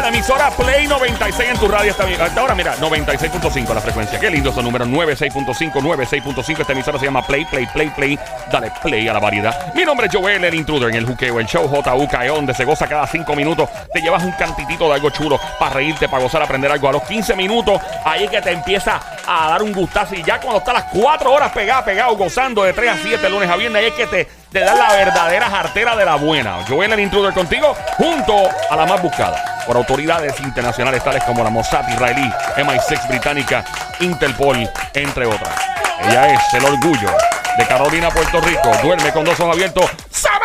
la emisora Play 96 en tu radio. Esta, hasta ahora, mira, 96.5 la frecuencia. Qué lindo son números 96.5, 96.5. Esta emisora se llama Play, Play, Play, Play. Dale play a la variedad. Mi nombre es Joel, el intruder en el juqueo, el show JUKE, E, donde se goza cada 5 minutos. Te llevas un cantitito de algo chulo para reírte, para gozar, aprender algo. A los 15 minutos, ahí es que te empieza a dar un gustazo. Y ya cuando está las 4 horas pegado, pegado, gozando de 3 a 7 lunes a viernes, ahí es que te te da la verdadera jartera de la buena. Joel el Intruder contigo, junto a la más buscada por autoridades internacionales tales como la Mossad israelí, MI6 británica, Interpol, entre otras. Ella es el orgullo de Carolina, Puerto Rico. Duerme con dos ojos abiertos. ¡Samal!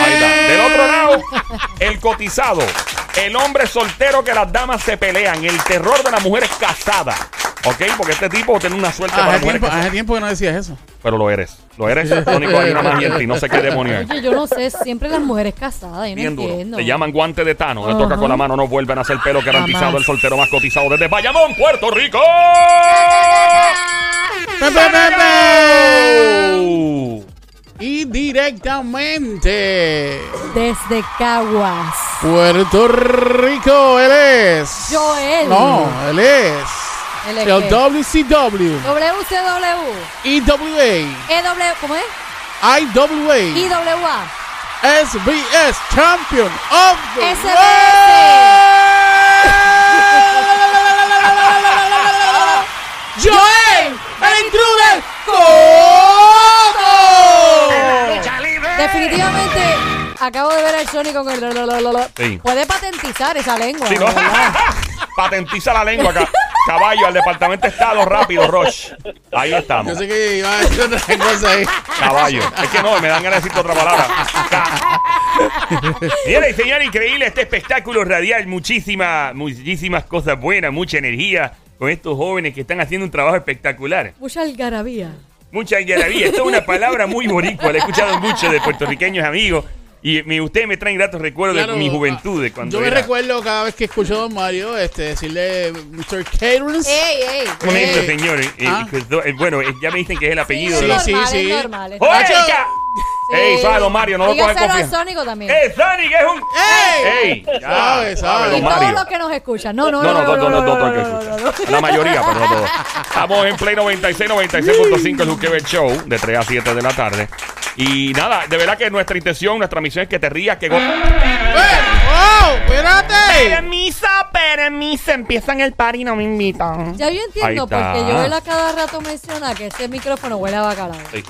Ahí está. Del otro lado, el cotizado. El hombre soltero que las damas se pelean. El terror de las mujeres casadas. ¿Ok? Porque este tipo tiene una suerte Ah, para hace, las mujeres tiempo, casadas. hace tiempo que no decías eso. Pero lo eres. Lo eres, Sónico. Hay una magia en ti. No sé qué demonio es. Oye, yo no sé, siempre las mujeres casadas, yo no Bien duro. entiendo. Te llaman guante de Tano. Te Ajá. toca con la mano, no vuelven a hacer pelo garantizado. Jamás. El soltero más cotizado desde Bayamón, Puerto Rico. Pa, pa, pa, pa. Y directamente, Desde Caguas. Puerto Rico, él es. Joel. No, él es. Él es El qué? WCW, WCW. E EWA, EW, ¿Cómo es? IWA, IWA. SBS Champion of the SBS. World. Joel, el intruder Coco. Definitivamente acabo de ver al Sony con el. lo, lo, lo, lo, lo. Sí. Puede patentizar esa lengua. Sí, de ¿no? verdad. Patentiza la lengua, ca- caballo, al departamento de Estado, rápido, Roche. Ahí Yo estamos. sé que iba a decir otra cosa ahí. Caballo. Es que no, me dan ganas de decirte otra palabra. Ca- Mira, y señor, increíble este espectáculo radial. Muchísimas, muchísimas cosas buenas, mucha energía con estos jóvenes que están haciendo un trabajo espectacular. Mucha algarabía. Mucha algarabía. Esto es una palabra muy boricua. La he escuchado mucho de puertorriqueños amigos. Y me, ustedes me traen gratos recuerdos Claro, ah, de mi juventud. De cuando Yo me era- recuerdo cada vez que escucho a Don Mario este, decirle Mr. Caterance. ¡Ey, ey! Un momento, Eh, señor. eh, ah. eh, pues, do- eh, bueno, eh, ya me dicen que es el Sí, apellido. es de la- la... sí, normal, sí. es normal. es ¡Oye, normal. Nacho. ca- ¡Ey, Sí. suave, don Mario! No lo coges Dígaselo al confianza. Sónico también. ¡Eh, Sonic es un... ¡Ey! ¡Ey! ya, Sabes, sabes. don y Mario. todos los que nos escuchan. No, no, No, no. no, no, no, no, no, no, no, que no, no, escucha. no. La mayoría, pero no todos. Estamos en Play 96, 96.5, el Juquebel Show, de 3 a 7 de la tarde. Y nada, de verdad que nuestra intención, nuestra misión es que te rías, que go- ¡Wow! ¡Espérate! Permisa, permisa, empiezan el party y no me invitan. Ya yo entiendo Ahí está. porque Joel a cada rato menciona que ese micrófono huele a bacalao. Sí.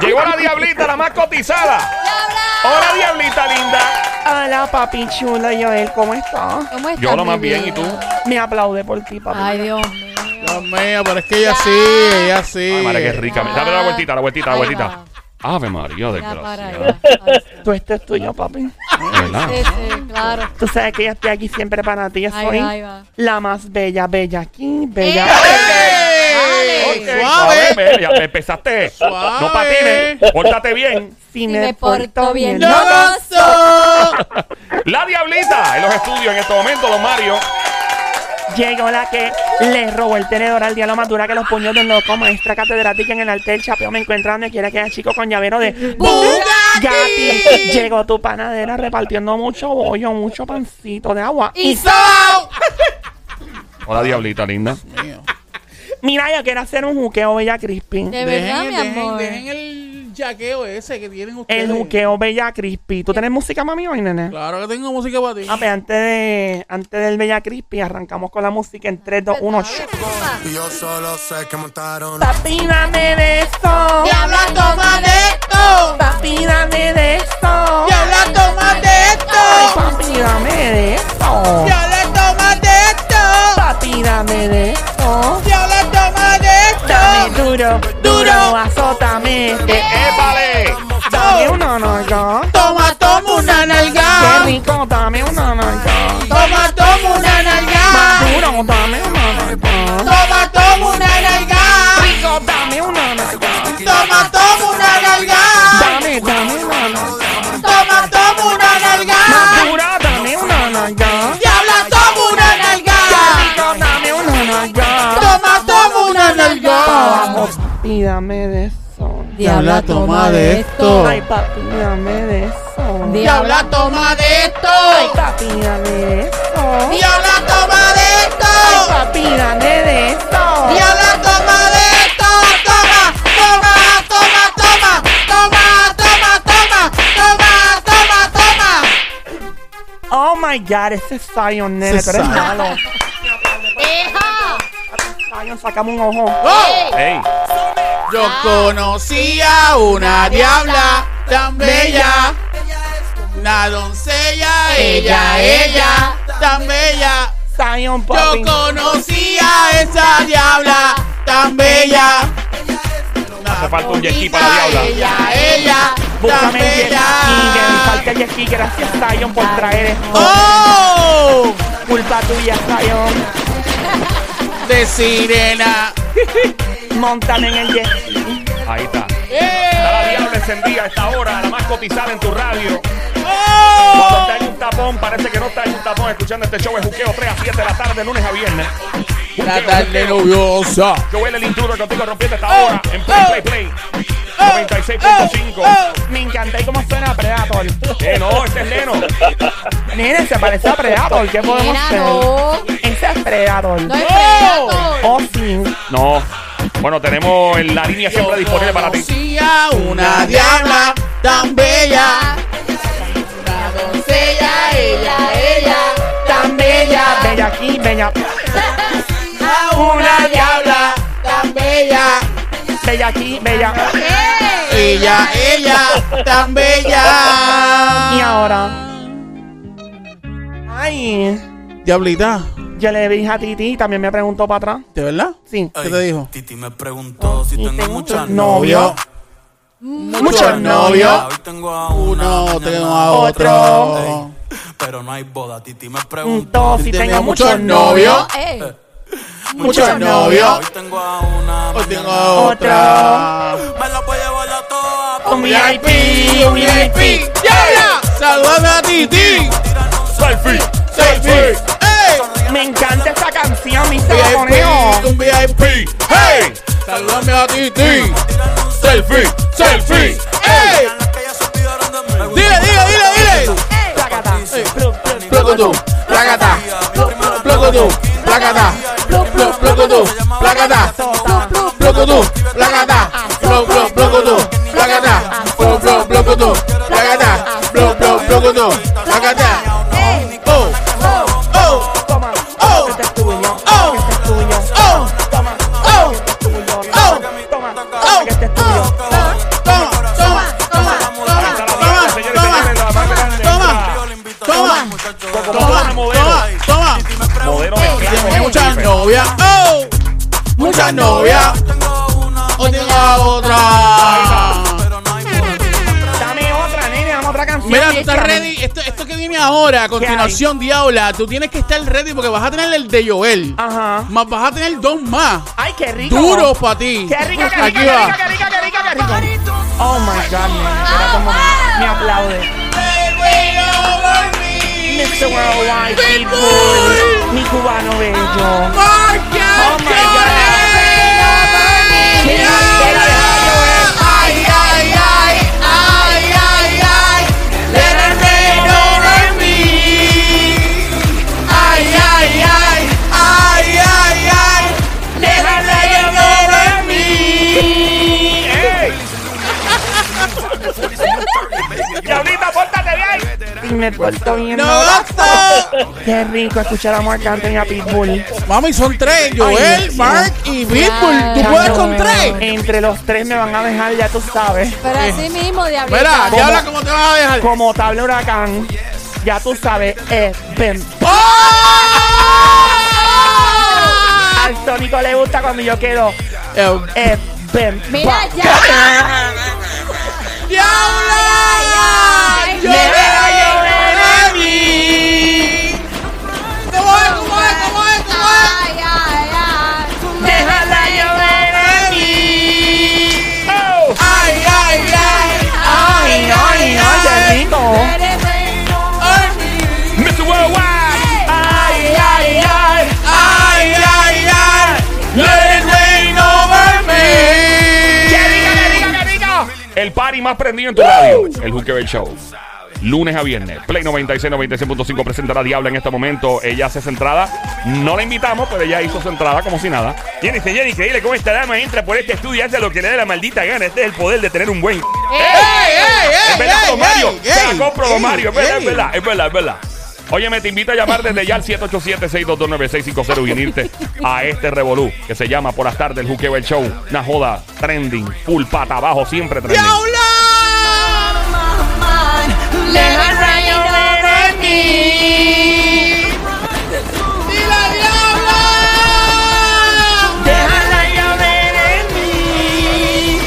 Llegó la diablita, la más cotizada. ¡Diabla! Hola, diablita linda. Hola, papi chulo, Joel, ¿cómo estás? ¿Cómo estás? Yo lo más mi bien, ¿y tú? vida? Me aplaude por ti, papi. Ay, Dios mío. Dios mío, pero es que ella sí, ella sí. Ay, María, qué rica. Ah. Dame la vueltita, la vueltita, la Ahí vueltita. va. Ave María, Ya para desgraciada. allá. Ay, sí. Tú este es tuyo, papi. De verdad. Sí, sí, claro. Tú sabes que yo estoy aquí siempre para ti. Yo Ahí soy va, ahí va. ¡Eh! la más bella, bella aquí, bella. ¡Ey! Ok, ¡Suave! ve, ya empezaste. Suave. No patines, pórtate bien. Si me porto bien, ¡No gozo! La diablita en los estudios en este momento, don Mario. Llegó la que le robó el tenedor al diablo más dura que los puños de un loco, maestra catedrática en el arte del chapeo. Me encuentra donde quiera que haya chico con llavero de Gati. Llegó tu panadera repartiendo mucho bollo, mucho pancito de agua. Y Y so- Hola, diablita linda. mira, yo quiero hacer un juqueo Bella Crispy. De verdad, Dejen- mi dejen- amor. Dejen el jaqueo ese que tienen ustedes. El juqueo Bella Crispy. ¿Tú tenés música, mami, hoy, nene? Claro que tengo música para ti. Ah, pues antes, de, antes del Bella Crispy, arrancamos con la música en 3, 2, 1. Y Yo solo sé que montaron. Papíname de esto. hablando más de esto! Papíname de esto. hablando más de Ay, esto! papi, dame de esto. hablando más de esto! Papi, dame de esto. hablando más de Dame duro, duro, azótame. ¡Eh, ¡Épale! Dame una nalga. Toma, toma una Qué nalga. rico, dame una nalga. Toma, toma una Más nalga. duro, dame una nalga. Toma, toma una nalga. Rico, dame una nalga. Toma, toma una nalga. Dame, dame una nalga. Toma, toma una Más nalga. dura, dame una nalga. Diabla, toma una nalga. Rico, dame una nalga. Toma, toma una nalga. Vamos, papi, dame de eso. Diabla, toma de esto. Ay, papi, dame de eso. esto. Diabla, toma de esto. Ay, papi, dame de esto. Diabla, toma de Ay, esto. papi, dame de esto. Diabla, toma de esto. Toma, toma, toma, toma. Toma, toma, toma. Toma, toma, toma. Oh my god, ese es Zion, nene, Ese tú eres es Zion. malo. ¡Deja! Zion, sacame un ojo. Oh. Ey, Yo conocía Ah. una diabla tan bella. Una doncella, ella, ella, tan bella. Yo Zion, papi. conocía a esa diabla tan bella. hace falta un jet ski para la diabla. Ella, ella, tan Búscame el jet ski, que me falta bella. el jet ski. Gracias, Zion, por traer esto. ¡Oh! Culpa tuya, Zion. De sirena. Montame en el jet ski. Ahí está. Está Eh, la diabla encendida a esta hora, la más cotizada en tu radio. Cuando ¡Oh! está en un tapón, parece que no está en un tapón escuchando este show de juqueo 3 a 7 de la tarde, lunes a viernes. La tarde lluviosa. Joel el intruder contigo rompiendo esta hora en Play Play Play. 96.5. Me encanta y cómo suena Predator. Eh, no, este es Leno. Nene, se parece a Predator. ¿Qué podemos Mira, hacer? no. Ese es Predator. ¡No es predator! Oh, sí. No. Bueno, tenemos en la línea siempre disponible para ti. Conocía una diabla tan bella. Una doncella, ella, ella, tan bella. Bella aquí, bella, Una diabla tan bella. bella aquí, bella. ¡Ey! Ella, ella, tan bella. Y ahora. Ay. Diablita, Yo le dije a Titi y también me preguntó para atrás. ¿de verdad? Sí. ¿Qué te dijo? Titi me preguntó si tengo muchas Novio. Muchos novias. novios. Hoy tengo a Uno, mañana tengo a Otro. otro. Pero no hay boda. Titi me Preguntó si Tenía tengo muchos muchos novios. novios. No, ¡Ey! Muchos novios. Hoy tengo a una. Hoy tengo mañana a otra. Me la voy a llevar a todas. Un VIP, un VIP. ¡Diabla! ¡Saludame a Titi! Selfie. ¡Selfie! ¡Ey! Me encanta esta canción, mi sabaneo. VIP, un VIP, ¡Hey! ¡Saludame a Titi! ¡Selfie! ¡Selfie! ¡Ey! ¡Dile, dile, dile, dile! Placata. Plu, plu, plu. Ploco tú, placata. Ploco tú, placata. Ploco tú, placata. Ploco tú, placata. Ploco, ploco tú, placata. Ploco, ploco tú, placata. Ploco, ploco tú, placata. ¡Ey! Oh, oh, Toma. Oh. Este es tuyo. Oh. Este es tuyo. oh, Toma. oh. Este es tuyo. Oh. Toma. Oh. Este es tuyo. Toma, toma, toma, toma, toma, toma, toma, toma, toma, toma. Modelo de Tiene muchas clase. novias, oh, muchas novias. Hoy tengo a otra. Dame otra, nene. Dame otra canción. Mira, tú Échame. estás ready. Esto, esto que viene ahora, a continuación, Diabla, tú tienes que estar ready porque vas a tener el de Joel. Ajá. Más vas a tener dos más. Ay, Ah. qué rico. Duros para ti. Qué rico, qué rico, Aquí qué rico, va. qué rico, qué rico, qué rico. Oh my God, nene. Espera como me- me aplaude. Mr. Worldwide Pitbull, mi cubano bello. Oh my God. Mira, espera, deja yo ver. Ay, ay, ay, ay, ay, ay, let it rain over me. Ay, ay, ay, ay, ay, ay, let it rain over me. Diablita, pórtate bien. Y me porto bien. No ahora. basta. Qué rico escuchar a Marc Anthony y a Pitbull. Mami, son tres, Ay, Joel, Dios. Mark y Pitbull. Tú Ya puedes no con me- tres. Entre los tres me van a dejar, ya tú sabes. Pero Eh. así mismo, diablita. Mira, diabla, ¿cómo te vas a dejar? Como tabla huracán, ya tú sabes. Eh, bem. ¡Oh! Al Sónico le gusta cuando yo quedo. Eh, Eh, bem. Mira, ya. ¡Diabla! Dạ, ay, ay! ¡Llorera, llorera a mí! ¿Cómo es, cómo es, cómo es, cómo es? Ay, Oh. ay, ay. Déjala llover a mí. Oh. ¡Ay, dạ, ay, ay! ¡Ay, ay, ay! rico. Let it rain on ¡Ay, mi- Mr. Worldwide. Ay, ay, ay. ay, ay, ay! ¡Let it rain over me! Qué rico, qué rico, qué rico. El party más prendido en tu radio. El Juqueo del Show. lunes a viernes. Play 96, 96.5 presenta a la Diabla en este momento. Ella hace su entrada. No la invitamos, pero ella hizo su entrada como si nada. Tiene señor increíble cómo esta dama entra por este estudio y hace lo que le dé la maldita gana. Este es el poder de tener un buen. Es verdad, don Mario. Te la compro, don Mario. Es verdad, es verdad, es verdad, es verdad. Oye, me te invito a llamar desde ya al 787-622-9650 y unirte a este revolú que se llama por las tardes el Juqueo el Show. Una joda trending, full pata abajo, siempre trending. Déjala llover en mí.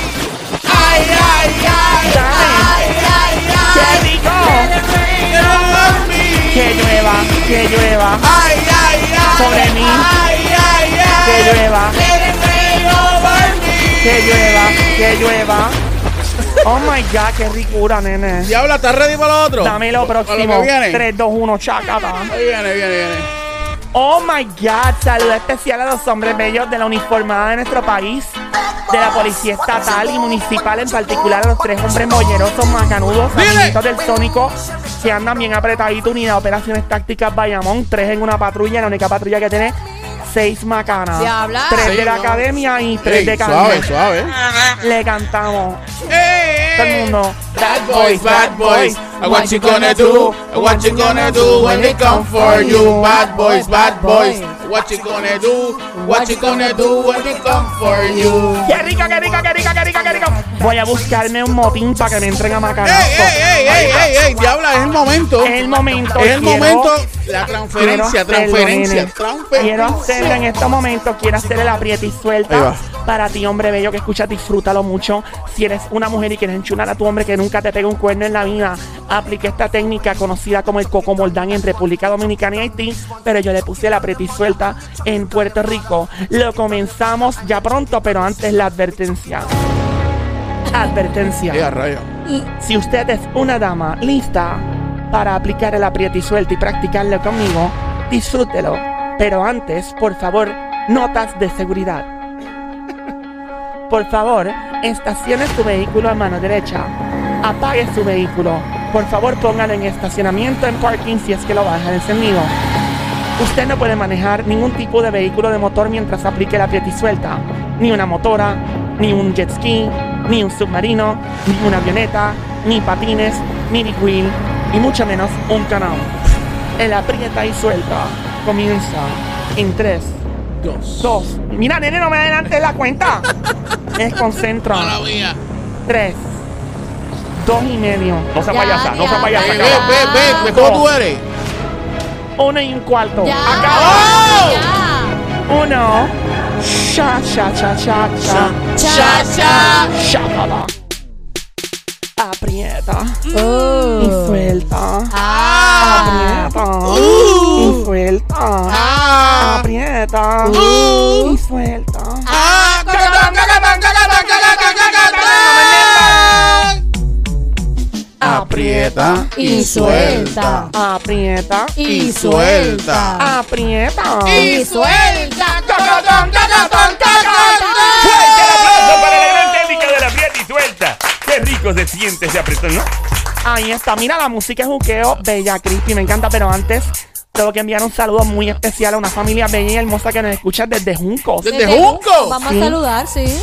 Ay, ay, ay, ay, qué rico. Que llueva, que llueva sobre mí. Que llueva, que llueva, que llueva. Oh my god, qué ricura, nene. Diabla, ¿estás ready para lo otro? Dame lo Para próximo. que viene. 3, 2, 1, chacata. Ahí viene, viene, viene. Oh my God, saludo especial a los hombres bellos de la uniformada de nuestro país, de la policía estatal y municipal, en particular a los tres hombres mollerosos, macanudos, Dile. amiguitos del Sónico, que andan bien apretaditos, unidad de operaciones tácticas Bayamón, tres en una patrulla, la única patrulla que tiene seis macanas, Diabla. tres de la Sí, no. academia y tres Ey, de suave, carne. suave. Le cantamos, todo el Ey, ey. mundo, Bad boys, bad boys, what you gonna do? What you gonna do when they come for you? Bad boys, bad boys, what you gonna do? What you gonna do when they come for you? ¡Qué rico, qué rico, qué rico, qué rico, qué rico! Voy a buscarme un motín para que me entren a Ey, macanazos. ey, ey, ey, ey, ey, diabla, es el momento. Es el momento. Es el quiero- momento. La quiero transferencia, hacerlo, transferencia, nene. Quiero transferencia. hacerlo en este estos momentos. Quiero hacer el apriete y Ahí suelta. va. Para ti, hombre bello que escucha, disfrútalo mucho. Si eres una mujer y quieres enchular a tu hombre que nunca te pega un cuerno en la vida, aplique esta técnica conocida como el coco moldán en República Dominicana y Haití. Pero yo le puse el apriete y suelta en Puerto Rico. Lo comenzamos ya pronto, pero antes la advertencia. Advertencia. Ey, a rayo. Si usted es una dama lista para aplicar el apriete y suelta y practicarlo conmigo, disfrútelo. Pero antes, por favor, notas de seguridad. Por favor, estacione su vehículo a mano derecha. Apague su vehículo. Por favor, póngalo en estacionamiento en parking si es que lo va a dejar encendido. Usted no puede manejar ningún tipo de vehículo de motor mientras aplique la aprieta y suelta. Ni una motora, ni un jet ski, ni un submarino, ni una avioneta, ni patines, ni big wheel, y mucho menos un canal. El aprieta y suelta comienza en 3, Dos. 2. Mira, nene, no me adelantes la cuenta. Desconcentra. Mala mía. 3, 2 y medio, No se Ya, payasa, no se ya, payasa, Ve, ya. cabrón. ve, ve, ve, ¿cómo tú eres? 1 y un cuarto. Ya. ¡Acabó! Ya. Uno. Sha, sha, sha, sha, sha. Cha, cha. Sha, Aprieta. Oh. Y suelta. Ah. Aprieta. Y suelta. Uh. Ah, Aprieta. Y suelta. ah, cacatán, cacatán, cacatán, cacatán, cacatán. Aprieta Y suelta. Aprieta. Y suelta. Aprieta. Y suelta. Cacatán, cacatán, cacatán. ¡Fuerte el aplauso para la gran técnica de la aprieta y suelta! ¡Qué rico se siente ese apretón, ¿no? Ahí está, mira, la música es juqueo, bella Cristi, me encanta, pero antes tengo que enviar un saludo muy especial a una familia bella y hermosa que nos escucha desde Juncos. Desde Junco. Vamos Sí. a saludar, sí.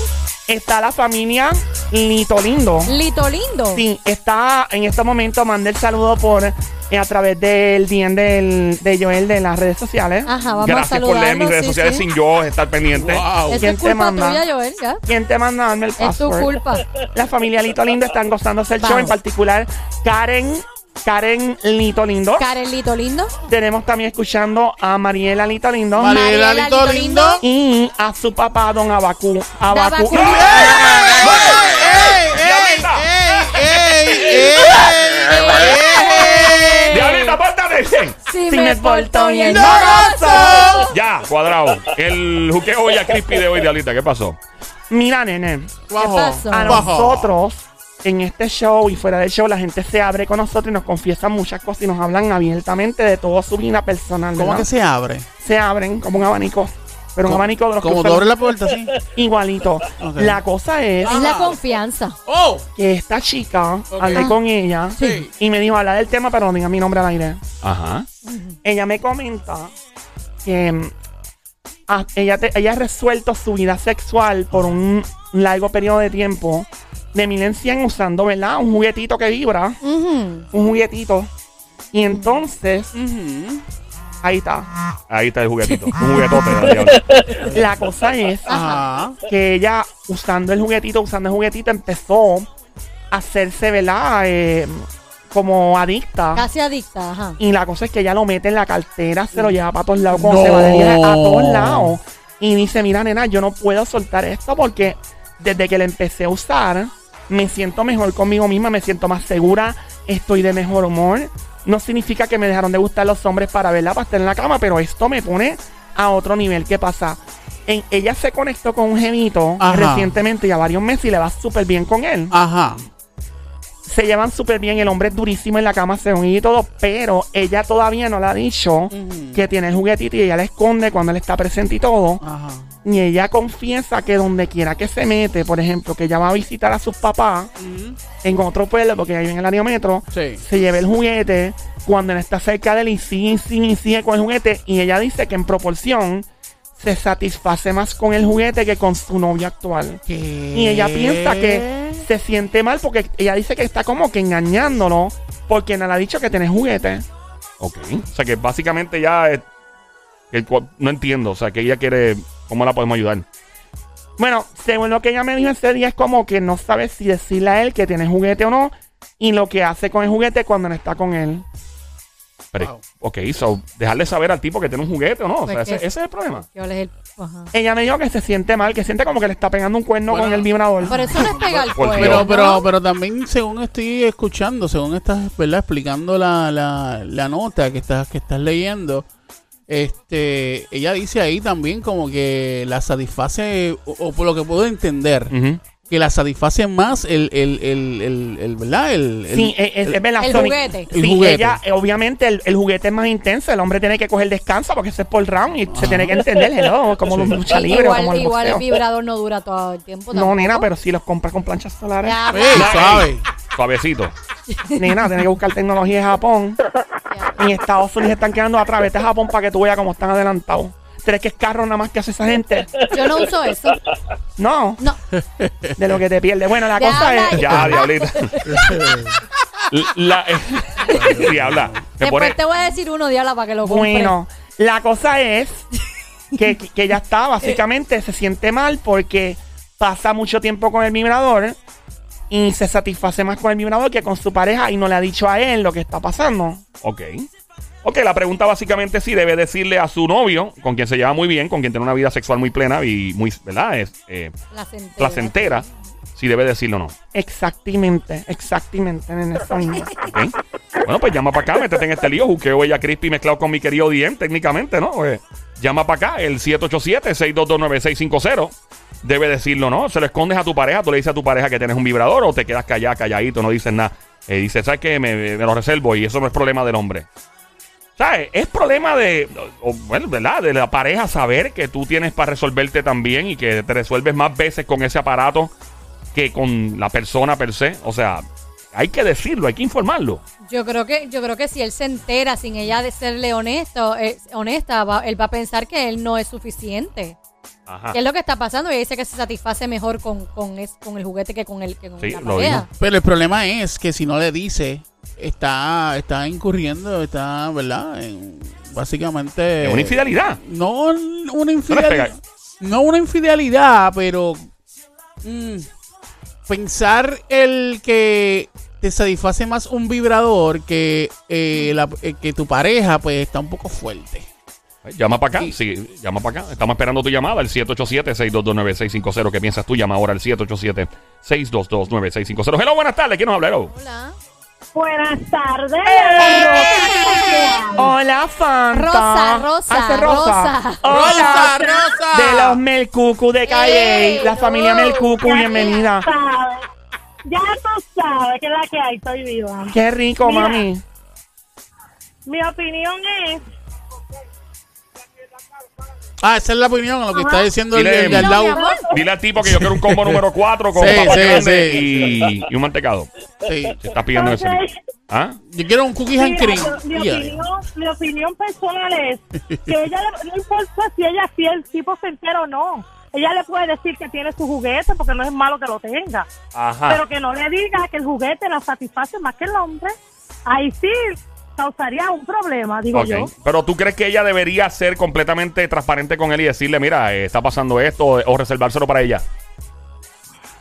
Está la familia Lito Lindo. Lito lindo. Sí, está en este momento, manda el saludo por eh, a través del DM del, de Joel de las redes sociales. Ajá, vamos a Gracias saludar. por leer mis redes sociales sin yo estar pendiente. Wow. Esto ¿Quién es te culpa manda? tuya, Joel, ya. ¿Quién te manda darme el Es tu password? culpa. La familia Lito Lindo están gozándose el show, Vamos. en particular Karen, Karen Lito Lindo. Karen Lito lindo. Tenemos también escuchando a Mariela Lito Lindo. Mariela Lito Lindo. y a su papá, don Abacú. Abacú. Abacú. ¡Diablita, pórtate bien! Si Si me porto bien, no no gozo. Ya, cuadrado. El juqueo ya crispy de hoy, Diablita, ¿qué pasó? Mira, nene, pasó? a Bajo. nosotros en este show y fuera del show la gente se abre con nosotros y nos confiesa muchas cosas y nos hablan abiertamente de todo su vida personal. ¿Cómo ¿verdad? que se abre? se abren como un abanico? Pero un abanico de los que Como usan- doble la puerta, sí. Igualito. Ok. La cosa es Es la confianza. ¡Oh! que esta chica, Ah. Ok. hablé con ella Sí. y me dijo, habla del tema, pero no diga mi nombre al aire. Ajá. Ella me comenta que mm, ah, ella, te- ella ha resuelto su vida sexual por un largo periodo de tiempo de mil en cien usando, ¿verdad? Un juguetito que vibra, Ujú. un juguetito. Y entonces, ahí está. Ahí está el juguetito. Un juguetote. la diabla. La cosa es Ajá. que ella usando el juguetito, usando el juguetito, empezó a hacerse, ¿verdad? Eh, como adicta. Casi adicta, ajá. Y la cosa es que ella lo mete en la cartera, se lo lleva para todos lados, como No. se va de viaje a todos lados. Y dice, mira, nena, yo no puedo soltar esto porque desde que la empecé a usar, me siento mejor conmigo misma, me siento más segura, estoy de mejor humor. No significa que me dejaron de gustar los hombres para verla, para estar en la cama, pero esto me pone a otro nivel. ¿Qué pasa? En- ella se conectó con un genito Ajá. recientemente, ya varios meses, y le va súper bien con él Ajá. se llevan súper bien, el hombre es durísimo en la cama, se unen y todo, pero ella todavía no le ha dicho que tiene el juguetito y ella le esconde cuando él está presente y todo. Ajá. Y ella confiesa que donde quiera que se mete, por ejemplo, que ella va a visitar a sus papás en otro pueblo, porque ahí en el área metro, Sí. se lleva el juguete, cuando él está cerca de él y sigue, y sigue, y sigue con el juguete, y ella dice que en proporción se satisface más con el juguete que con su novio actual. Y ella piensa que se siente mal porque ella dice que está como que engañándolo porque no le ha dicho que tiene juguete. Ok. O sea que básicamente ya. eh, que el cua- no entiendo. O sea que ella quiere. ¿Cómo la podemos ayudar? Bueno, según lo que ella me dijo ese día es como que no sabe si decirle a él que tiene juguete o no y lo que hace con el juguete cuando no está con él. Pero, Wow. Ok, so, dejarle saber al tipo que tiene un juguete o no. O sea, Pues ese, que- ese es el problema. ¿Cuál es el- ajá. Ella me dijo que se siente mal, que siente como que le está pegando un cuerno Bueno. con el vibrador. Pero eso no es pegar Por cuerno. Dios. Pero, pero, pero también según estoy escuchando, según estás ¿verdad? explicando la, la, la nota que estás, que estás leyendo, este, ella dice ahí también como que la satisface, o, o por lo que puedo entender, Ujú. que la satisface más el, el, el, el, el- ¿verdad? El, el- Sí, e, es, es- es verdad, el Sonic. juguete. Sí, El juguete. ella, eh, obviamente, el, el juguete es más intenso. El hombre tiene que coger descanso porque eso es por round y se tiene que entender, hello, como Sí. lucha libre o Ah. igual, como el igual el boxeo. vibrador no dura todo el tiempo. No, tampoco. nena, pero si los compras con planchas solares. Ya, Ey, e, suave. Suavecito. Nena, tienes que buscar tecnología de Japón. En Estados Unidos están quedando atrás. Vete a Japón para que tú veas cómo están adelantados. ¿Crees que es carro nada más que hace esa gente? yo no uso eso. No, No. de lo que te pierdes. Bueno, la Ya cosa habla es... Ya, diablita. la. eh, diabla. Me pone. Después te voy a decir uno, diabla, para que lo compres. Bueno, la cosa es que, que ella está, básicamente, se siente mal porque pasa mucho tiempo con el vibrador y se satisface más con el vibrador que con su pareja y no le ha dicho a él lo que está pasando. Ok. Ok, la pregunta básicamente es si debe decirle a su novio, con quien se lleva muy bien, con quien tiene una vida sexual muy plena y muy, ¿verdad? Es eh, Placentera. placentera, si debe decirlo o no. Exactamente, exactamente, en eso mismo. Ok. Bueno, pues llama para acá, métete en este lío. Juqueo ella crispy mezclado con mi querido Diem, técnicamente, ¿no? Eh, llama para acá, el 787-622-9650. Debe decirlo, ¿no? Se lo escondes a tu pareja, tú le dices a tu pareja que tienes un vibrador o te quedas callado, calladito, no dices nada. Eh, dices, ¿sabes qué? Me, me lo reservo y eso no es problema del hombre. ¿Sabes? Es problema de, o- o, bueno, ¿verdad? De la pareja saber que tú tienes para resolverte también y que te resuelves más veces con ese aparato que con la persona per se. O sea, hay que decirlo, hay que informarlo. Yo creo que yo creo que si él se entera sin ella de serle honesto, eh, honesta, va- él va a pensar que él no es suficiente. Ajá. ¿Qué es lo que está pasando? Ella dice que se satisface mejor con, con, es- con el juguete que con el que con Sí, la lo pareja. Pero el problema es que si no le dice, está, está incurriendo, está, ¿verdad? En- básicamente... Es una infidelidad. No una pegáis. infidelidad. No una infidelidad, pero mm, pensar el que te satisface más un vibrador que, eh, la- eh, que tu pareja, pues está un poco fuerte. eh, Llama para acá. Sí, llama para acá. Estamos esperando tu llamada al 787-622-9650. ¿Qué piensas tú? Llama ahora al 787-622-9650. Hello, buenas tardes. ¿Quién nos habla? Hello. Hola. Buenas tardes. Hola, Fanta. Rosa, Rosa, Hace rosa. Rosa. Hola. Rosa. De los Melcucu de Calle. Ey, la familia uh, Melcucu, gracias. bienvenida. Sabes, Ya tú sabes que es la que hay, estoy viva. Qué rico, Mira. mami. Mi opinión es Ah, esa es la opinión a lo que está diciendo el, Dile- el de al No, mi lado. amor. Dile al tipo que yo quiero un combo número 4 con Sí, papas sí, grandes sí. Y, y un mantecado. Sí. Se está pidiendo eso. Entonces, ¿Ah? Yo quiero un cookie mira, and cream. Pues, mi, Ya. opinión, mi opinión personal es que ella le- no importa si ella si el tipo se entera o no. Ella le puede decir que tiene su juguete porque no es malo que lo tenga. Ajá. Pero que no le diga que el juguete la satisface más que el hombre. Ahí sí causaría un problema, digo Ok. yo. Pero tú crees que ella debería ser completamente transparente con él y decirle, mira, eh, está pasando esto, eh, o reservárselo para ella.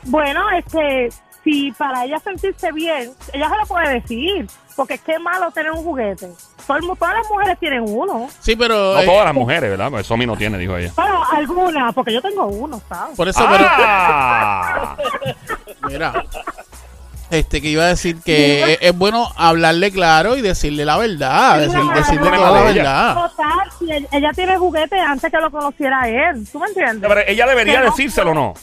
Bueno, este, si para ella sentirse bien, ella se lo puede decir, porque es que es malo tener un juguete. Todo el mu- todas las mujeres tienen uno, Sí, pero. No eh, todas las mujeres, ¿verdad? Pues Somi no tiene, dijo ella. pero algunas, porque yo tengo uno, ¿sabes? por eso, ¡Ah! pero. Mira. Este, que iba a decir que es, es bueno hablarle claro y decirle la verdad. decir- Claro. decirle Problema toda la de ella. verdad. Total, si e- ella tiene juguete antes que lo conociera él, ¿tú me entiendes? Pero ella debería Pero- decírselo, ¿no?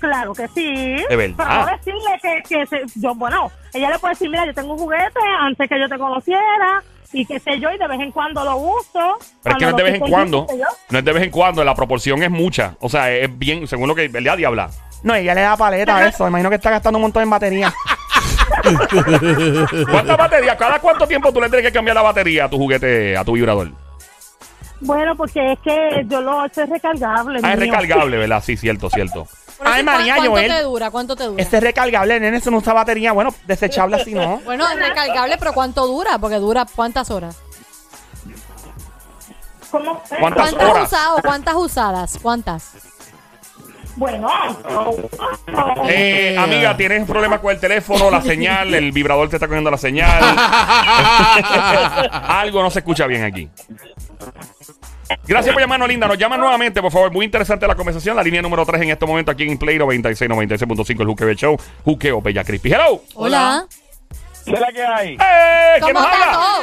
Claro que sí. De verdad. Pero no decirle que, que se- yo, bueno, ella le puede decir, mira, yo tengo un juguete antes que yo te conociera y qué sé yo, y de vez en cuando lo uso. Pero es que no es cuando de lo vez en estoy cuando. conmigo, qué sé yo. No es de vez en cuando, la proporción es mucha. O sea, es bien, según lo que, ¿verdad, Diabla? No, ella le da paleta a eso. Me imagino que está gastando un montón en batería. ¿Cuántas baterías? ¿Cada cuánto tiempo tú le tienes que cambiar la batería a tu juguete, a tu vibrador? Bueno, porque es que yo lo esto es recargable. Ah, es mío. recargable, ¿verdad? Sí, cierto, cierto. Por eso, Ay, ¿cu- María ¿Cuánto Joel. te dura? ¿Cuánto te dura? Este es recargable, nene, eso no usa batería. Bueno, desechable así, ¿no? Bueno, es recargable, pero ¿cuánto dura? Porque dura cuántas horas. ¿Cómo? ¿Cuántas ¿Cuántas horas? usadas? ¿Cuántas usadas? ¿Cuántas? Bueno, Eh, amiga, tienes problemas con el teléfono, la señal, el vibrador te está cogiendo la señal. Algo no se escucha bien aquí. Gracias por llamarnos, Linda. Nos llaman nuevamente, por favor. Muy interesante la conversación. La línea número 3 en este momento aquí en Play 96, 96.5, el Juqueo Show. Juqueo Bella Crispy. Hello. Hola. ¿Qué es la que hay? ¡Eh! ¿Quién ¿Cómo nos está habla? todo?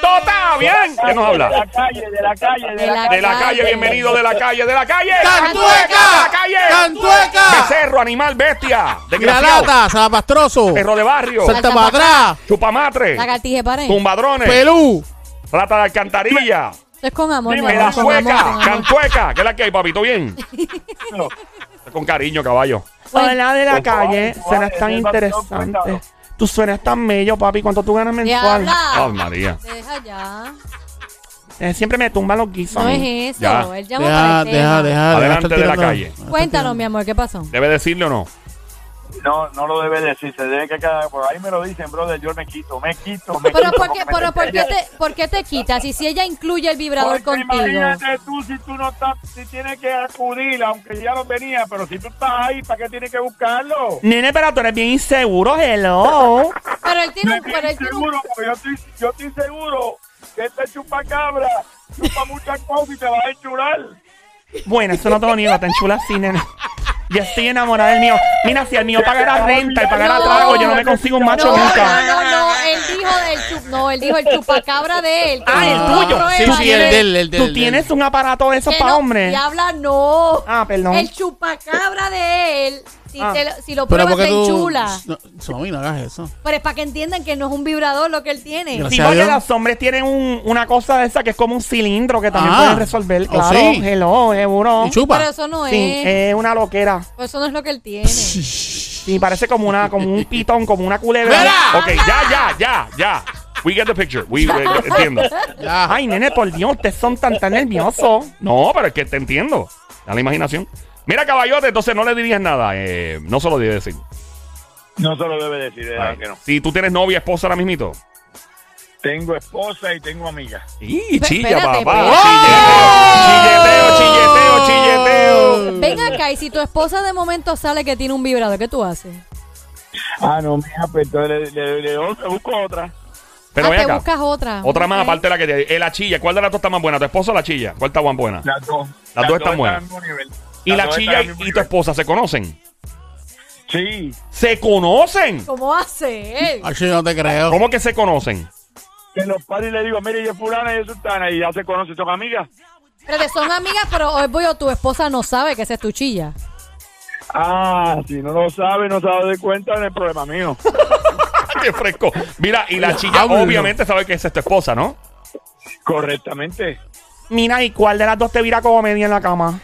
¡Tota! ¿Bien? ¿Quién nos De habla? la calle, de la calle, de la De la calle, bienvenido de la calle, de la calle. ¡Cantueca! ¡De la calle! ¡Cantueca! ¡Becerro, animal, bestia! ¡Desgraciado! Gralata, salapastroso. ¡Perro de barrio! Salta para atrás. ¡Chupamatre! Lagartije, paren. Esto ¡Tumbadrones! Pelú. ¡Rata de alcantarilla! es con amor, mi amor, con amor, ¡Pedazueca! con amor. ¡Cantueca! ¿Qué es la que hay, papito? ¿Bien? Con cariño, caballo. Hola de la calle, favor, suenas tan eh, interesante. Tú suenas tan bello, papi. ¿Cuánto tú ganas mensual? ¡Ay, Diabla. María! Deja ya. Eh, siempre me tumban los guisos. No a mí. es eso. Ya. Él llama para Deja, el tema. deja, deja. Adelante estar de la tirando- calle. Cuéntanos, mi amor, ¿qué pasó? ¿Debe decirle o no? No, no lo debe decir, se debe que cada por ahí me lo dicen, brother, yo me quito, me quito, me Pero, quito. ¿por qué, porque me pero ¿por, qué despeña. te, ¿por qué te quitas? Y si ella incluye el vibrador Porque contigo. Imagínate tú si tú no estás, si tienes que acudir, aunque ya lo tenía, pero si tú estás ahí, ¿para qué tienes que buscarlo? Nene, pero tú eres bien inseguro, hello. Pero él tiene Me un... Pero él estoy tiene un seguro, porque yo estoy, yo estoy seguro que este chupacabra chupa muchas cosas y te va a enchular. Bueno, eso no te lo niego, te enchulas así, nene. Yo estoy enamorada del mío. Mira, si el mío pagara renta y pagara No. trago, yo no me consigo un macho no, nunca. No, no, no, él dijo el chup, no, él dijo el chupacabra de él. que Ah, no el tuyo. lo Sí, prueba, sí, que- el del, el del. Tú del- tienes un aparato de esos que para no- hombres. Diabla, no. Ah, perdón. El chupacabra de él, si, Ah. te lo- si lo Pero pruebas, porque te tú. enchula. No, Somi, no hagas eso. Pero es para que entiendan que no es un vibrador lo que él tiene. Gracias. Sí, a porque Dios. los hombres tienen un- una cosa de esa que es como un cilindro que también Ah. pueden resolver. Oh, Claro, sí. hello, seguro. Y chupa. Pero eso no Sí, eh. es. es una loquera. Pues eso no es lo que él tiene. Sí, parece como una, como un pitón, como una culebra. ¡Mira! Ok, ya, ya, ya, ya. We get the picture. We, eh, entiendo. Ya. Ay, nene, por Dios, ustedes son tan tan nerviosos. No, pero es que te entiendo. A la imaginación. Mira, caballote, entonces no le dirías nada. eh, no se lo debe decir. No se lo debe decir, de verdad que no. Si tú tienes novia, esposa ahora mismito. Tengo esposa y tengo amiga. Y Pe- chilla, espérate, ¡Oh! papá. espérate. Chilleteo, chilleteo, chilleteo, chilleteo. Ven acá, y si tu esposa de momento sale que tiene un vibrador, ¿qué tú haces? Ah, no, mija, pues entonces le, le, le- le busco otra. Pero ah, ven te acá. buscas otra. Otra más, Ok. aparte de la que te. eh, la chilla. ¿Cuál de las dos está más buena? ¿Tu esposa o la chilla? ¿Cuál está más buena? Las dos. Las dos están buenas. al mismo nivel. y la Las dos chilla están y, al y mismo tu esposa se conocen. nivel. Sí, ¡Se conocen! ¿Cómo hace él? Ay, yo no te creo. ¿Cómo que se conocen? que los padres le digo, mire, yo es fulana y yo es sultana, y ya se conocen, son amigas. Pero que son amigas, pero hoy voy o tu esposa no sabe que esa es tu chilla. Ah, si no lo sabe, no se va a dar cuenta, no es problema mío. ¡Qué fresco! Mira, y la chilla Diablo. obviamente sabe que esa es tu esposa, ¿no? Correctamente. Mira, ¿y cuál de las dos te vira como media en la cama?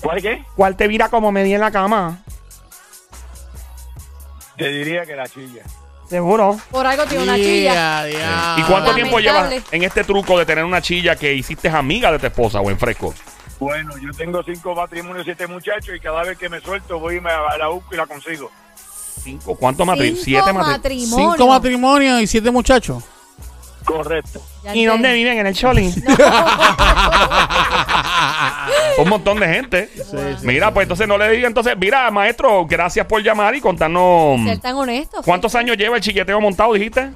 ¿Cuál qué? ¿Cuál te vira como media en la cama? Te diría que la chilla. Seguro. Por algo tiene una chilla. ¿Y cuánto Lamentable. tiempo llevas en este truco de tener una chilla que hiciste amiga de tu esposa o en fresco? Bueno, yo tengo cinco matrimonios, siete muchachos y cada vez que me suelto voy y me a la busco y la consigo. ¿Cinco? ¿Cuántos matrimonios? Cinco ¿Siete matrimonios? matrimonios. Cinco matrimonios y siete muchachos. Correcto. Ya entendí. ¿Y dónde viven? ¿En el Cholín? Un montón de gente. Mira, pues entonces no le diga entonces, mira, maestro, gracias por llamar y contarnos. Ser tan honesto. ¿Cuántos años lleva el chiqueteo montado, dijiste?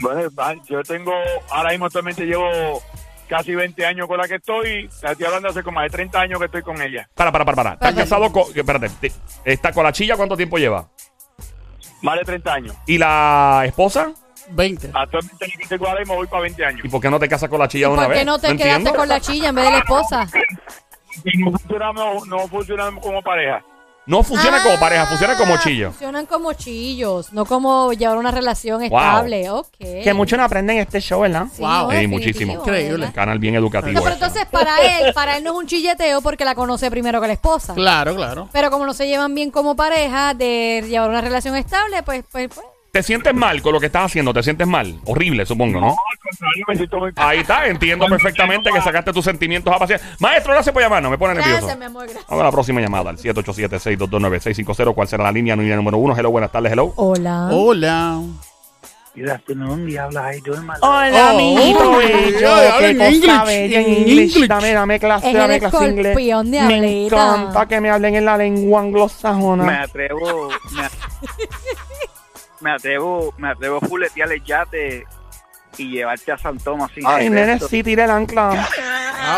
Bueno, va, yo tengo, ahora mismo actualmente llevo casi 20 años con la que estoy. La estoy hablando hace como más de 30 años que estoy con ella. Para, para, para, para. ¿Estás Perdón. casado con. Espérate, te- ¿está con la chilla cuánto tiempo lleva? Más de 30 años. ¿Y la esposa? Veinte. Ah. Actualmente yo tengo ahora mismo voy para 20 años. ¿Y por qué no te casas con la ¿Y chilla de una por vez? qué no te quedaste entiendo. con la chilla en vez de la esposa? Y no funcionamos, no funcionamos como pareja. No funciona como Ah, pareja, funciona como chillo. Funcionan como chillos, no como llevar una relación estable. Ok. que muchos no aprenden este show, ¿verdad? Sí, Wow. no, Sí, definitivo, muchísimo. Increíble. ¿verdad? Canal bien educativo. No, pero este. entonces para él, para él no es un chilleteo porque la conoce primero que la esposa. Claro, claro. Pero como no se llevan bien como pareja de llevar una relación estable, pues, pues, pues. ¿Te sientes mal con lo que estás haciendo? ¿Te sientes mal? Horrible, supongo, ¿no? Al contrario, me siento muy Ahí está, entiendo perfectamente que sacaste tus sentimientos a pasear. Maestro, gracias por llamarnos, me pone nervioso. Gracias, mi amor, gracias. Vamos a la próxima llamada, al 787-622-9650. ¿Cuál será la línea? Línea número uno. Hello, buenas tardes, hello. Hola. Hola. Hola, Oh, amiguito oh, bello. yeah, Qué en cosa English, bella en en inglés. English. Dame, dame clase, Es dame el clase en inglés. escorpión de Me Ableta. encanta que me hablen en la lengua anglosajona. atrevo, me, atrevo, me atrevo a fuletear el yate y llevarte a San Tomás sin Ay, nene, sí, tira el ancla.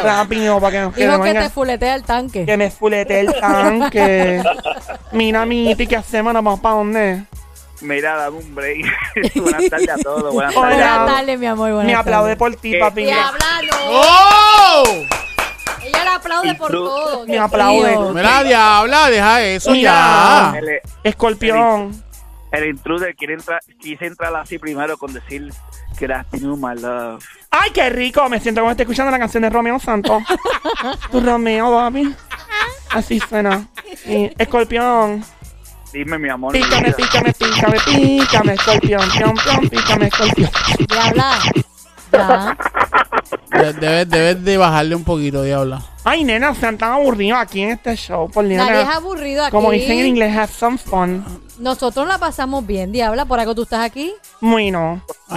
Rápido, para que nos Ah. Dijo que venga- te fuletea el tanque. que me fulete el tanque. Mira, mi ¿qué hacemos? ¿Nos vamos para dónde? Mira, dame un break. Buenas tardes a todos. Buenas Hola. Buenas tardes, mi amor. Buenas Me aplaude tardes. por ti, papi. Te habla, no. ¡Oh! Ella le aplaude por Incluso- todo. Me aplaude. Mira, diabla, deja eso Mira. ya. El, Escorpión. el intruder quiere entrar, quise entrar así primero con decir que eras new my love. Ay, qué rico. Me siento como estoy escuchando la canción de Romeo Santos. tu Romeo, papi. Así suena. Sí. Escorpión. Dime, mi amor. Pícame, pícame, pícame, pícame, escorpión. Pion, pion, pícame, escorpión. Te habla. Ya. De- Debes, debes de bajarle un poquito, diabla. Ay, nena, se han tan aburridos aquí en este show. Por Nadie es nena. aburrido aquí. Como dicen en inglés, have some fun. Nosotros la pasamos bien, Diabla. Por algo tú estás aquí. Bueno.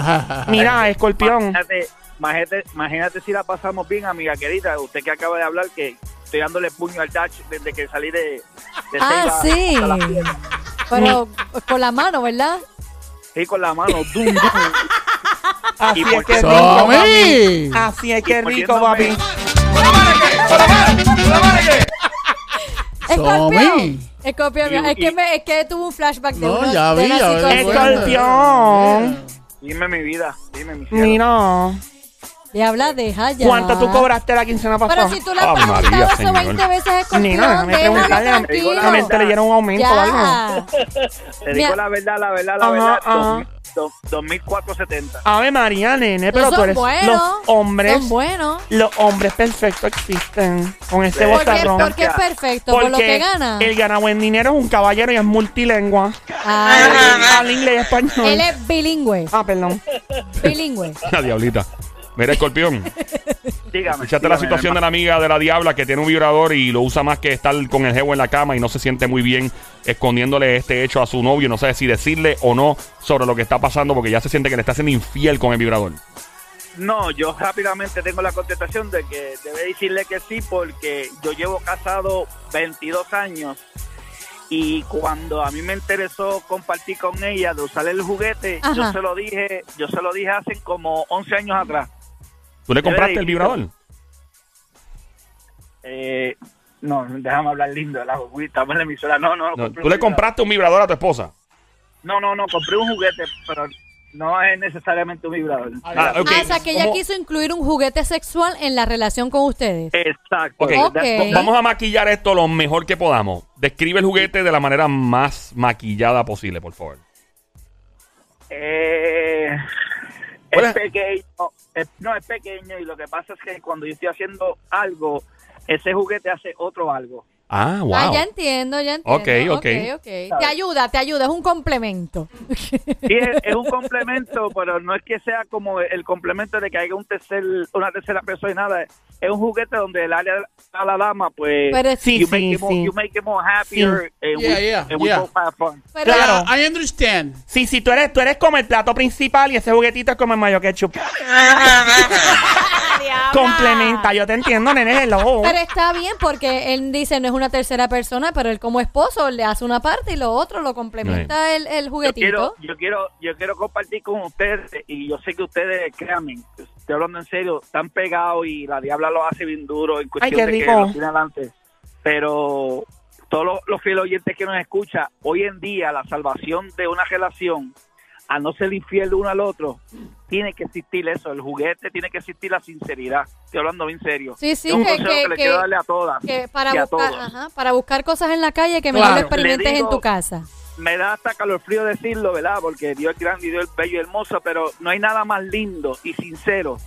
Mira, escorpión. Imagínate, imagínate, imagínate si la pasamos bien, amiga querida. Usted que acaba de hablar que estoy dándole puño al touch desde que salí de... de Ah, Ceiba sí. hasta la piedra. Pero con la mano, ¿verdad? Sí, con la mano. dum, dum. Así es que rico, papi. ¡Somi! Así es que Y rico, poniéndome- papi. Escorpión. Somi. Escorpión, mira, es que, me, es que tuvo un flashback Ah, de No, uno- ya de vi, una ya vi. situación. Escorpión. Dime mi vida, dime mi cielo. Mira. Diabla, deja ya. ¿Cuánto tú cobraste la quincena Pero pasada? si tú le has Ah, María, preguntado eso señor. 20 veces, Escorpión, Nena, déjame déjalo preguntarle. tranquilo. Déjame, te le dieron un aumento o algo. Ya. Te digo Mira. la verdad, la verdad, la Ajá, verdad. ajá. dos mil- dos- 2470. Ave María, nene, Pero pero tú son eres... buenos. Los hombres... Son buenos. Los hombres perfectos existen. Con ese ¿Por ¿Por qué, bozarrón. por qué es perfecto? ¿Por lo que gana? él gana buen dinero, es un caballero y es multilingüe. Ah, Habla inglés y español. él es bilingüe. Ah, perdón. Bilingüe. La diablita. Mira, escorpión, Dígame. escuchaste la dígame, situación de la amiga de la diabla que tiene un vibrador y lo usa más que estar con el jevo en la cama y no se siente muy bien escondiéndole este hecho a su novio. No sabe si decirle o no sobre lo que está pasando porque ya se siente que le está haciendo infiel con el vibrador. No, yo rápidamente tengo la contestación de que debe decirle que sí porque yo llevo casado 22 años y cuando a mí me interesó compartir con ella de usar el juguete, Ajá. yo se lo dije, yo se lo dije hace como 11 años atrás. ¿Tú le compraste el Federico. vibrador? Eh, no, déjame hablar lindo, la juguita, estamos en la emisora. No, no, No, compré ¿Tú un le juguete. compraste un vibrador a tu esposa? No, no, no, compré un juguete, pero no es necesariamente un vibrador. Ah, ok. Ah, o sea que ella ¿Cómo? quiso incluir un juguete sexual en la relación con ustedes. Exacto. Ok, Ok. va- vamos a maquillar esto lo mejor que podamos. Describe el juguete de la manera más maquillada posible, por favor. Eh, Bueno. Es pequeño, es- no es pequeño y lo que pasa es que cuando yo estoy haciendo algo, ese juguete hace otro algo. Ah, wow. Ah, ya entiendo, ya entiendo. Ok, ok. ok. Te ayuda, te ayuda, es un complemento. Y es, es un complemento, pero no es que sea como el complemento de que haya un tercer, una tercera persona y nada. Es un juguete donde el área a la dama, pues, Pero es- Sí, you, make sí, him, more- sí. you make him more happier and Yeah, we, yeah, and we yeah. both have fun. pero- Claro. I understand. Sí, sí, tú eres, tú eres como el plato principal y ese juguetito es como el mayo ketchup. Diabla. Complementa, yo te entiendo, nene, hello. Pero está bien porque él dice no es una tercera persona, pero él como esposo le hace una parte y lo otro lo complementa el, el Yo juguetito. quiero, yo, quiero, yo quiero compartir con ustedes y yo sé que ustedes, créanme, estoy hablando en serio, están pegados y la diabla lo hace bien duro en cuestión qué de que rico. lo tiene adelante. Pero todos los, los fieles oyentes que nos escuchan, hoy en día la salvación de una relación, a no ser infiel uno al otro, tiene que existir eso, el juguete, tiene que existir la sinceridad. Estoy hablando bien serio. Sí, sí, Es un que- consejo que, que- le que- quiero darle a todas que para, y a buscar, todos. ajá, para buscar cosas en la calle que mejor lo Claro. experimentes Le digo- en tu casa. me da hasta calor frío decirlo, ¿verdad? Porque Dios es grande y Dios es bello y hermoso, pero no hay nada más lindo y sincero,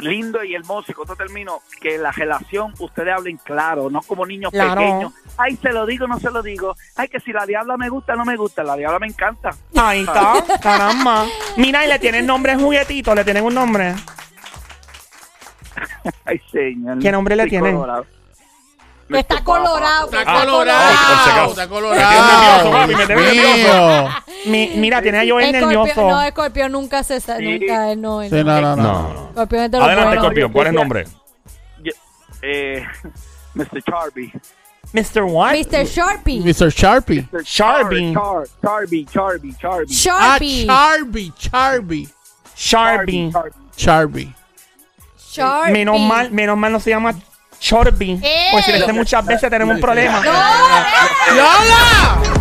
lindo y hermoso, y con esto termino, que la relación ustedes hablen claro, no como niños Claro. pequeños. Ay, se lo digo, no se lo digo. Ay, que si la diabla me gusta, no me gusta, la diabla me encanta. Ahí está, caramba. Mira, y le tienen nombre al juguetito, le tienen un nombre. Ay, señor. ¿Qué nombre le Estoy tienen? colorado. Que está Estoy colorado, que Está está Ah. Ay, por si colorado. acaso. Está nervioso, colorado. papi, me tiene Dios mío. Mi- mira, tiene a Joel Escorpio- nervioso. no, Escorpio nunca se sa- Sí. nunca él no, él Sí, no. no, no, no. No. Escorpión es de los Adelante, buenos. Scorpio. ¿Cuál es el nombre? Yo- eh, Mr. Charby. Mr. What? Mr. Sharpie. Mr. Sharpie. Charby. Char- Charby, Charby, Charby. Ah, Sharpie. Charby, Charby, Sharby. Charby. Sharpie. Sharpie. Menos mal, menos mal no se llama Chorby. ¡Eh! Ah, Pues si le hace muchas veces tenemos un problema. ¡No! ¡Lola!